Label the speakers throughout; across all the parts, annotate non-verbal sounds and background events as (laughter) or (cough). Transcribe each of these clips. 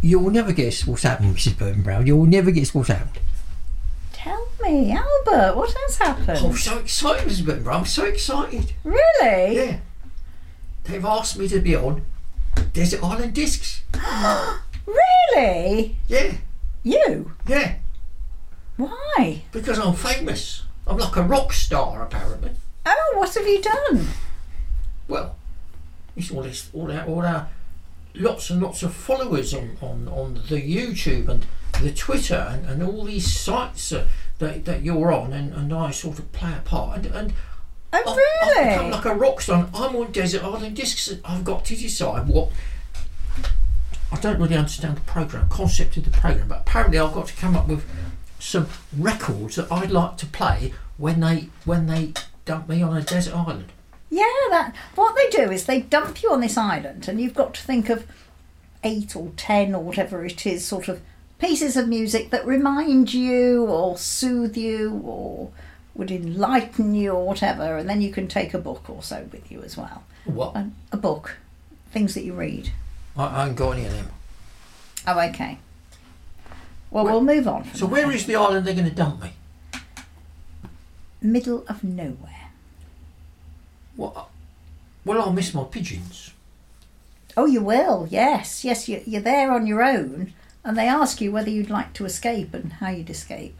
Speaker 1: You'll never guess what's happened, Mrs. Burtonbrow. You'll never guess what's happened.
Speaker 2: Tell me, Albert, what has
Speaker 1: I'm
Speaker 2: happened?
Speaker 1: so excited, Mrs. Burtonbrow. I'm so excited.
Speaker 2: Really?
Speaker 1: Yeah. They've asked me to be on Desert Island Discs.
Speaker 2: Really?
Speaker 1: Yeah,
Speaker 2: You?
Speaker 1: yeah.
Speaker 2: Why?
Speaker 1: Because I'm famous. I'm like a rock star, apparently.
Speaker 2: Oh, what have you done?
Speaker 1: Well, it's all this, all our, all our lots and lots of followers on, on, on the YouTube and the Twitter and, and all these sites uh, that, that you're on, and, and I sort of play a part. And, and
Speaker 2: Oh,
Speaker 1: I've, I've become
Speaker 2: really?
Speaker 1: like a rock star. and I'm on Desert Island Discs. and I've got to decide what. I don't really understand the program, concept of the program, but apparently I've got to come up with some records that I'd like to play when they when they dump me on a desert island.
Speaker 2: Yeah, that. What they do is they dump you on this island, and you've got to think of eight or ten or whatever it is, sort of pieces of music that remind you or soothe you or would enlighten you or whatever, and then you can take a book or so with you as well.
Speaker 1: What?
Speaker 2: A, a book, things that you read.
Speaker 1: I, I haven't got any of them.
Speaker 2: Oh, okay. Well, we'll move on. From
Speaker 1: So
Speaker 2: that.
Speaker 1: where is the island they're going to dump me?
Speaker 2: middle of nowhere?
Speaker 1: What? Well, I'll miss my pigeons.
Speaker 2: Oh, you will. Yes, yes. You're, you're there on your own, and they ask you whether you'd like to escape and how you'd escape.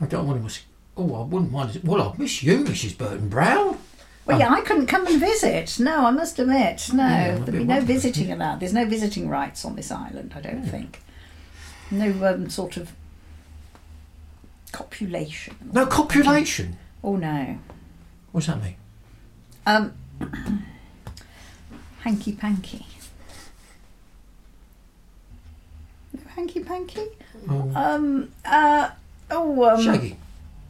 Speaker 1: I don't want to miss. Oh, I wouldn't mind. it- Well, I'd miss you, Mrs. Burton Brown.
Speaker 2: Well, yeah, I couldn't come and visit. No, I must admit, no,
Speaker 1: Um, Yeah,
Speaker 2: there'd
Speaker 1: it'd
Speaker 2: be
Speaker 1: be
Speaker 2: no
Speaker 1: wonderful. (laughs)
Speaker 2: visiting allowed. There's no visiting rights on this island, I don't think. No um, sort of copulation.
Speaker 1: No copulation.
Speaker 2: Oh no,
Speaker 1: What's that mean?
Speaker 2: um, hanky panky. No hanky panky.
Speaker 1: Um,
Speaker 2: Um. Uh. Oh. Um,
Speaker 1: Shaggy.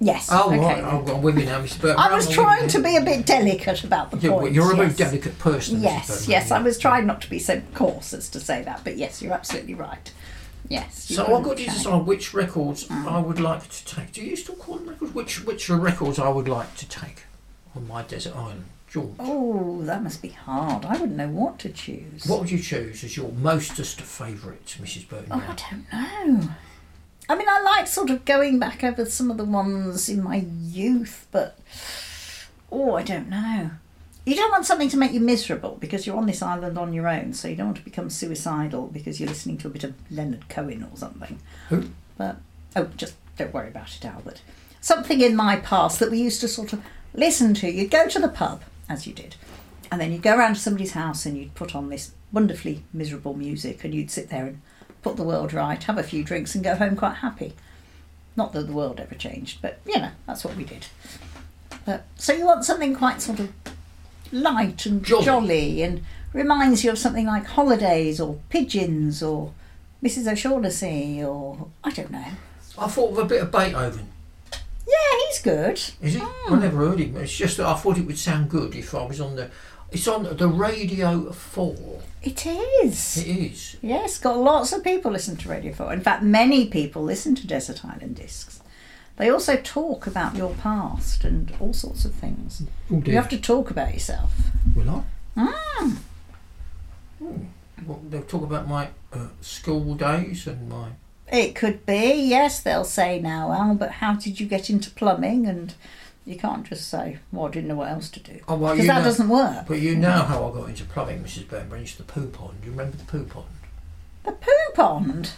Speaker 2: Yes.
Speaker 1: Oh,
Speaker 2: okay.
Speaker 1: right. I've got women now, Mr. Burton.
Speaker 2: I
Speaker 1: Brown,
Speaker 2: was
Speaker 1: I'm
Speaker 2: trying
Speaker 1: with
Speaker 2: to
Speaker 1: you.
Speaker 2: be a bit delicate about the
Speaker 1: Yeah, well,
Speaker 2: point.
Speaker 1: you're a very
Speaker 2: yes.
Speaker 1: delicate person. Mrs.
Speaker 2: Yes,
Speaker 1: Burton
Speaker 2: yes, I
Speaker 1: Brown.
Speaker 2: was trying not to be so coarse as to say that, but yes, you're absolutely right. Yes. you
Speaker 1: So
Speaker 2: wouldn't
Speaker 1: I've got to
Speaker 2: change.
Speaker 1: decide which records
Speaker 2: Mm.
Speaker 1: I would like to take. Do you still call them records? Which which are records I would like to take on my desert island, George?
Speaker 2: Oh, that must be hard. I wouldn't know what to choose.
Speaker 1: What would you choose as your mostest favourite, Mrs. Burton?
Speaker 2: Oh, I don't know. I mean, I like sort of going back over some of the ones in my youth, but oh, I don't know. You don't want something to make you miserable because you're on this island on your own, so you don't want to become suicidal because you're listening to a bit of Leonard Cohen or something.
Speaker 1: Who?
Speaker 2: But oh, just don't worry about it, Albert. Something in my past that we used to sort of listen to. You'd go to the pub, as you did, and then you'd go round to somebody's house and you'd put on this wonderfully miserable music and you'd sit there and put the world right, have a few drinks, and go home quite happy. Not that the world ever changed, but you know, that's what we did. But, so you want something quite sort of light and
Speaker 1: Jolly.
Speaker 2: jolly. and reminds you of something like holidays or pigeons or Mrs. O'Shaughnessy or I don't know.
Speaker 1: I thought of a bit of Beethoven.
Speaker 2: Yeah, he's good.
Speaker 1: Is it? I
Speaker 2: Hmm.
Speaker 1: never heard him. It's just that I thought it would sound good if I was on the. It's on the Radio 4.
Speaker 2: It
Speaker 1: It
Speaker 2: is.
Speaker 1: is.
Speaker 2: Yes, got lots of people listen to Radio 4. In fact, many people listen to Desert Island Discs. They also talk about your past and all sorts of things.
Speaker 1: Oh
Speaker 2: You have to talk about yourself.
Speaker 1: Will I?
Speaker 2: Mm.
Speaker 1: Hmm. Well, they'll talk about my uh, school days and my.
Speaker 2: It could be, yes, they'll say now, Al, but how did you get into plumbing? And you can't just say, well, I didn't know what else to do.
Speaker 1: Oh, well,
Speaker 2: Because
Speaker 1: you
Speaker 2: that
Speaker 1: know-
Speaker 2: doesn't work.
Speaker 1: But you know how I got into plumbing, Mrs. Burnbury. It's the poo pond. You remember the poo pond?
Speaker 2: The poo pond.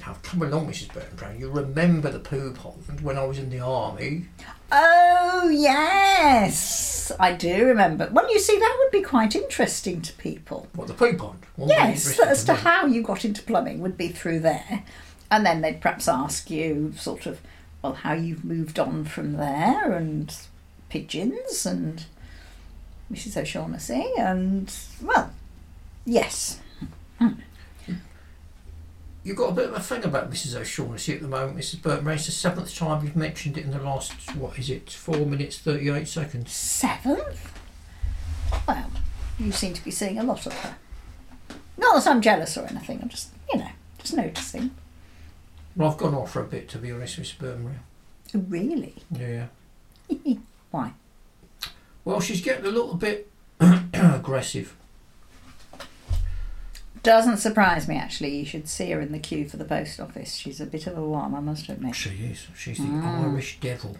Speaker 1: Now, come along, Mrs. Burton Brown. You remember the poo pond when I was in the army?
Speaker 2: Oh, yes, I do remember. Well, you see, that would be quite interesting to people.
Speaker 1: What, the poo pond? Well,
Speaker 2: Yes,
Speaker 1: interesting
Speaker 2: as to
Speaker 1: me.
Speaker 2: how you got into plumbing would be through there. And then they'd perhaps ask you, sort of, well, how you've moved on from there, and pigeons, and Mrs. O'Shaughnessy, and, well, yes.
Speaker 1: You've got a bit of a thing about Mrs. O'Shaughnessy at the moment, Mrs. Burton Brown. It's the seventh time you've mentioned it in the last, what is it, four minutes, 38 seconds.
Speaker 2: Seventh? Well, you seem to be seeing a lot of her. Not that I'm jealous or anything, I'm just, you know, just noticing.
Speaker 1: Well, I've gone off for a bit, to be honest, Mrs. Burton Brown.
Speaker 2: Really? (laughs)
Speaker 1: Yeah.
Speaker 2: Why?
Speaker 1: (clears throat) Well, she's getting a little bit aggressive.
Speaker 2: Doesn't surprise me actually. You should see her in the queue for the post office. She's a bit of a one, I must admit.
Speaker 1: She is. She's the
Speaker 2: Mm.
Speaker 1: Irish devil.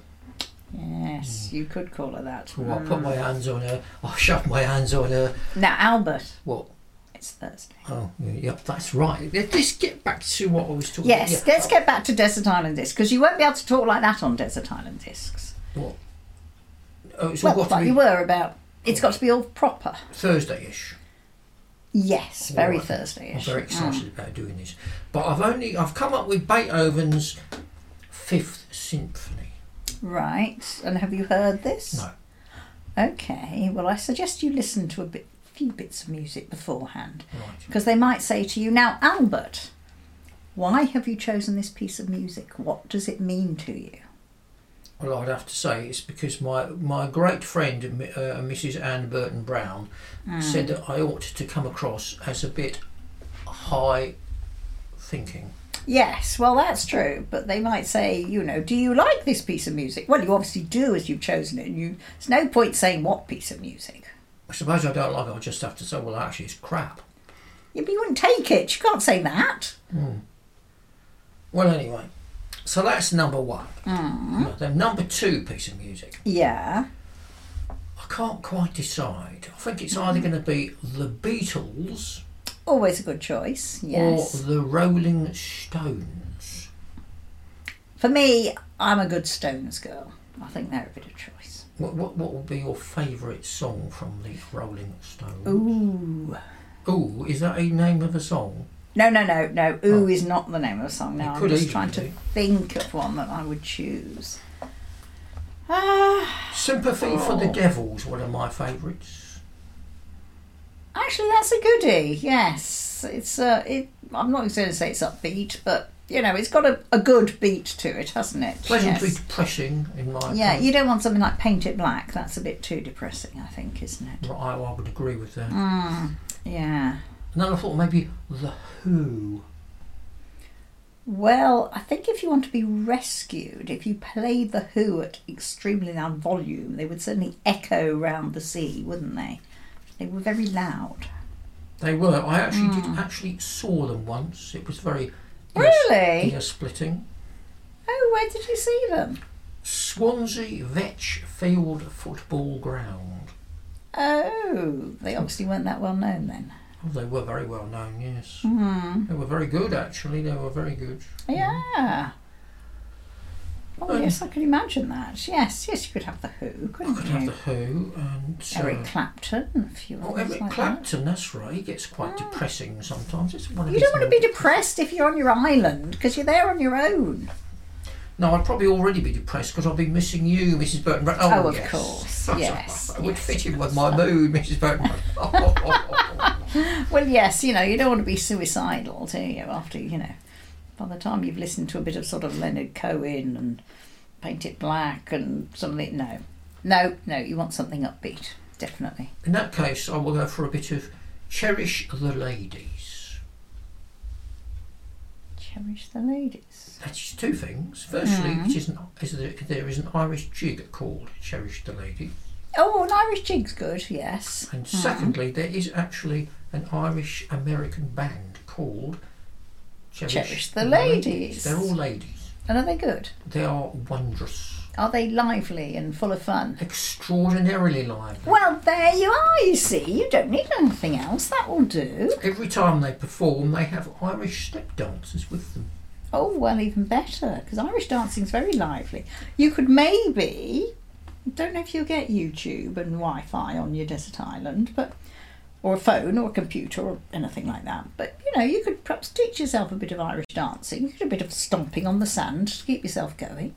Speaker 2: Yes,
Speaker 1: Hmm.
Speaker 2: you could call her that.
Speaker 1: Well, Oh, I put my hands on her. I shoved my hands on her.
Speaker 2: Now, Albert,
Speaker 1: What?
Speaker 2: it's Thursday.
Speaker 1: Oh, yeah, that's right. Yeah, Let's get back to what I was talking.
Speaker 2: Yes,
Speaker 1: yeah.
Speaker 2: let's get back to Desert Island Discs because you won't be able to talk like that on Desert Island Discs.
Speaker 1: What? Oh, it's
Speaker 2: well,
Speaker 1: all got
Speaker 2: like
Speaker 1: to
Speaker 2: you
Speaker 1: be
Speaker 2: were about. It's got to be all proper.
Speaker 1: Thursday-ish.
Speaker 2: Yes, very
Speaker 1: Alright. I'm
Speaker 2: Thursday-ish. Mm.
Speaker 1: very excited about doing this, but I've only I've come up with Beethoven's Fifth Symphony.
Speaker 2: Mm. Right, and have you heard this?
Speaker 1: No.
Speaker 2: Okay. Well, I suggest you listen to a bit, few bits of music beforehand
Speaker 1: Right.
Speaker 2: because they might say to you, "Now, Albert, why have you chosen this piece of music? What does it mean to you?"
Speaker 1: Well, I'd have to say it's because my my great friend m- uh, Mrs. Anne Burton Brown said that I ought to come across as a bit high thinking.
Speaker 2: Yes, well, that's true. But they might say, you know, do you like this piece of music? Well, you obviously do as you've chosen it. And you, there's no point saying what piece of music.
Speaker 1: I suppose I don't like it. I just have to say, well, actually, it's crap.
Speaker 2: Yeah, but you wouldn't take it. You can't say that.
Speaker 1: Well, anyway, so that's number one. Now, The number two piece of music,
Speaker 2: Yeah.
Speaker 1: I can't quite decide. I think it's either going to be the Beatles
Speaker 2: Always a good choice. Yes.
Speaker 1: or the Rolling Stones.
Speaker 2: For me, I'm a good Stones girl. I think they're a bit of choice.
Speaker 1: What what, what would be your favourite song from the Rolling Stones?
Speaker 2: Ooh.
Speaker 1: Ooh, is that a name of a song?
Speaker 2: No, no, no, no. Ooh is not the name of the song.
Speaker 1: It
Speaker 2: Now I'm
Speaker 1: could
Speaker 2: just
Speaker 1: easily
Speaker 2: trying to
Speaker 1: be.
Speaker 2: think of one that I would choose. Ah,
Speaker 1: Sympathy for the
Speaker 2: Oh.
Speaker 1: Devil's one of my favourites.
Speaker 2: Actually, that's a goodie. Yes, it's uh, it. I'm not going to say it's upbeat, but you know, it's got a, a good beat to it, hasn't it?
Speaker 1: Pleasantly
Speaker 2: Yes.
Speaker 1: depressing in my
Speaker 2: Yeah,
Speaker 1: opinion.
Speaker 2: you don't want something like Paint It Black. That's a bit too depressing, I think, isn't it?
Speaker 1: Right, I, I would agree with that.
Speaker 2: Mm, yeah.
Speaker 1: And then I thought maybe The Who.
Speaker 2: Well, I think if you want to be rescued, if you played the Who at extremely loud volume, they would certainly echo round the sea, wouldn't they? They were very loud.
Speaker 1: They were. I actually
Speaker 2: Mm.
Speaker 1: did actually saw them once. It was very
Speaker 2: Really?
Speaker 1: ear splitting.
Speaker 2: Oh, where did you see them?
Speaker 1: Swansea Vetch Field Football Ground.
Speaker 2: Oh, they obviously weren't that well known then.
Speaker 1: Oh, they were very well known. Yes,
Speaker 2: Hmm.
Speaker 1: they were very good. Actually, they were very good.
Speaker 2: Yeah. Oh
Speaker 1: Um,
Speaker 2: yes, I can imagine that. Yes, yes, you could have the Who, couldn't
Speaker 1: I could
Speaker 2: you?
Speaker 1: have the Who and uh,
Speaker 2: Eric Clapton, a few
Speaker 1: Oh,
Speaker 2: others
Speaker 1: Eric
Speaker 2: like
Speaker 1: Clapton, that's right. He gets quite depressing sometimes. It's one
Speaker 2: that.
Speaker 1: of
Speaker 2: You
Speaker 1: his
Speaker 2: don't want to be
Speaker 1: more-
Speaker 2: depressed if you're on your island because you're there on your own.
Speaker 1: No, I'd probably already be depressed because I've been missing you, Mrs. Burton. Brown. Oh,
Speaker 2: Oh, of
Speaker 1: yes. (laughs)
Speaker 2: course, yes,
Speaker 1: I would
Speaker 2: yes,
Speaker 1: fit
Speaker 2: of
Speaker 1: in with
Speaker 2: (laughs) course.
Speaker 1: my mood, Mrs. Burton. Brown.
Speaker 2: Well, yes, you know you don't want to be suicidal, do you? After you know, by the time you've listened to a bit of sort of Leonard Cohen and Paint It Black and something, no, no, no, you want something upbeat, definitely.
Speaker 1: (laughs) in that case, I will go for a bit of Cherish the Ladies.
Speaker 2: Cherish the ladies.
Speaker 1: That's two things. Firstly,
Speaker 2: Hmm.
Speaker 1: it isn't, is there, there is an Irish jig called Cherish the Ladies.
Speaker 2: Oh, an Irish jig's good. Yes.
Speaker 1: And secondly, there is actually an Irish American band called Cherish,
Speaker 2: Cherish the Ladies.
Speaker 1: They're all ladies.
Speaker 2: And are they good?
Speaker 1: They are wondrous,
Speaker 2: Are they lively and full of fun?
Speaker 1: extraordinarily lively.
Speaker 2: Well, there you are, you see. You don't need anything else. That will do.
Speaker 1: Every time they perform, they have Irish step dancers with them.
Speaker 2: Oh, well, even better, because Irish dancing's very lively. You could maybe, don't know if you'll get YouTube and Wi Fi on your desert island, but or a phone or a computer or anything like that. But you know, you could perhaps teach yourself a bit of Irish dancing. You could do a bit of stomping on the sand to keep yourself going.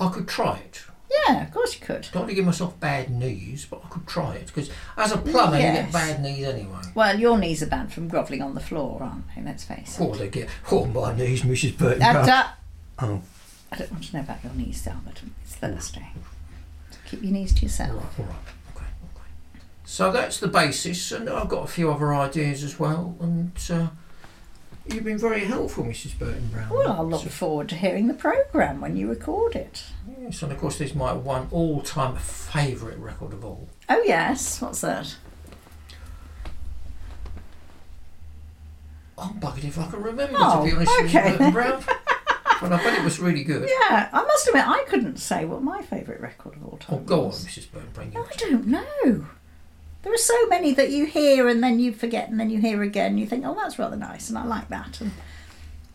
Speaker 1: I could try it.
Speaker 2: Yeah, of course you could.
Speaker 1: Don't want to give myself bad knees, but I could try it because as a plumber, you
Speaker 2: Yes.
Speaker 1: get bad knees anyway.
Speaker 2: Well, your knees are bad from grovelling on the floor, aren't they? Let's face it.
Speaker 1: Poor they get. Oh my knees, Mrs. Burton.
Speaker 2: And, uh,
Speaker 1: Oh.
Speaker 2: I don't want to know about your knees, Albert. It's Thursday. Keep your knees to
Speaker 1: All
Speaker 2: yourself.
Speaker 1: right, all right, okay, okay. So that's the basis, and I've got a few other ideas as well. And uh, you've been very helpful, Mrs. Burton Brown.
Speaker 2: Well, I'll look
Speaker 1: So-
Speaker 2: forward to hearing the programme when you record it.
Speaker 1: yes, and of course, there's my one all-time favourite record of all.
Speaker 2: Oh, yes. What's that?
Speaker 1: I'm buggered if I can remember, to
Speaker 2: Oh,
Speaker 1: be honest
Speaker 2: okay.
Speaker 1: with you, Burton
Speaker 2: (laughs)
Speaker 1: Brown. but I bet it was really good.
Speaker 2: Yeah, I must admit, I couldn't say what my favourite record of all time
Speaker 1: Oh, go on,
Speaker 2: was.
Speaker 1: Mrs. Burton Brown.
Speaker 2: No, I don't know. There are so many that you hear and then you forget and then you hear again. You think, oh, that's rather nice and I like that. And,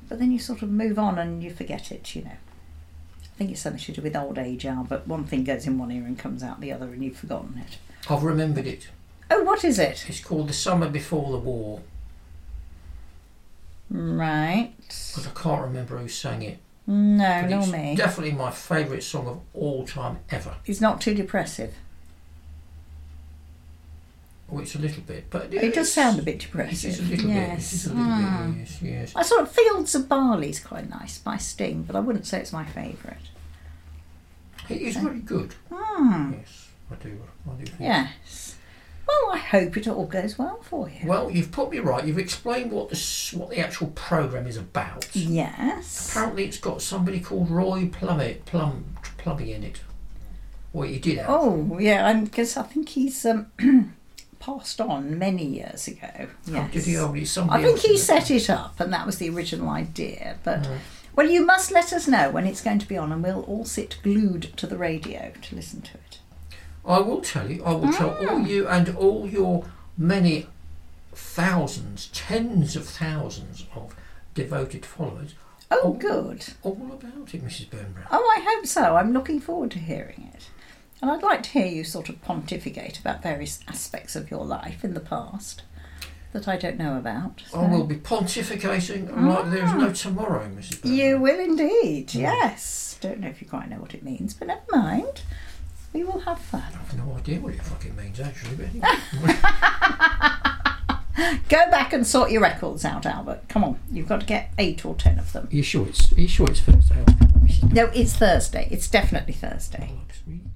Speaker 2: but then you sort of move on and you forget it, you know. I think it's something to do with old age, Al, but one thing goes in one ear and comes out the other and you've forgotten it.
Speaker 1: I've remembered it.
Speaker 2: Oh, what is it?
Speaker 1: It's called The Summer Before the War,
Speaker 2: Right.
Speaker 1: but I can't remember who sang it.
Speaker 2: No,
Speaker 1: But
Speaker 2: nor
Speaker 1: it's
Speaker 2: me.
Speaker 1: definitely my favourite song of all time ever.
Speaker 2: It's not too depressive.
Speaker 1: Oh, it's a little bit, but
Speaker 2: It does
Speaker 1: it's-
Speaker 2: sound a bit
Speaker 1: It is
Speaker 2: depressive.
Speaker 1: a little bit. It
Speaker 2: yes.
Speaker 1: is a little
Speaker 2: Hmm.
Speaker 1: bit. Yes, yes.
Speaker 2: I sort of Fields of Barley's quite nice by Sting, but I wouldn't say it's my favourite.
Speaker 1: It is really good.
Speaker 2: Hmm.
Speaker 1: Yes, I do. I do. think-
Speaker 2: Yes. Well, I hope it all goes well for you.
Speaker 1: Well, you've put me right. You've explained what the s- what the actual program is about.
Speaker 2: Yes.
Speaker 1: Apparently, it's got somebody called Roy Plummet Plum Plummy in it. Well, you did have.
Speaker 2: Oh, yeah, I'm because I think he's um, (clears throat) passed on many years ago.
Speaker 1: Oh,
Speaker 2: Yes.
Speaker 1: did he? Oh, it's
Speaker 2: I
Speaker 1: somebody
Speaker 2: think
Speaker 1: else
Speaker 2: he
Speaker 1: in it.
Speaker 2: set it up, and that was the original idea. But well, you must let us know when it's going to be on, and we'll all sit glued to the radio to listen to it.
Speaker 1: I will tell you. I will tell all you and all your many thousands, tens of thousands of devoted followers
Speaker 2: Oh,
Speaker 1: Oh.
Speaker 2: good.
Speaker 1: all about it, Mrs. Burnbrown.
Speaker 2: Oh, I hope so. I'm looking forward to hearing it. And I'd like to hear you sort of pontificate about various aspects of your life in the past that I don't know about. so-
Speaker 1: I will Oh, be pontificating like there is no tomorrow, Mrs. Burnbrown.
Speaker 2: You will indeed, yes. Don't know if you quite know what it means, but never mind. We will have fun.
Speaker 1: I've no idea what it fucking means, actually. But anyway.
Speaker 2: Go back and sort your records out, Albert. Come on, you've got to get eight or ten of them.
Speaker 1: you sure it's? Are you sure it's Thursday?
Speaker 2: No, it's Thursday. It's definitely Thursday.
Speaker 1: Bollocks me.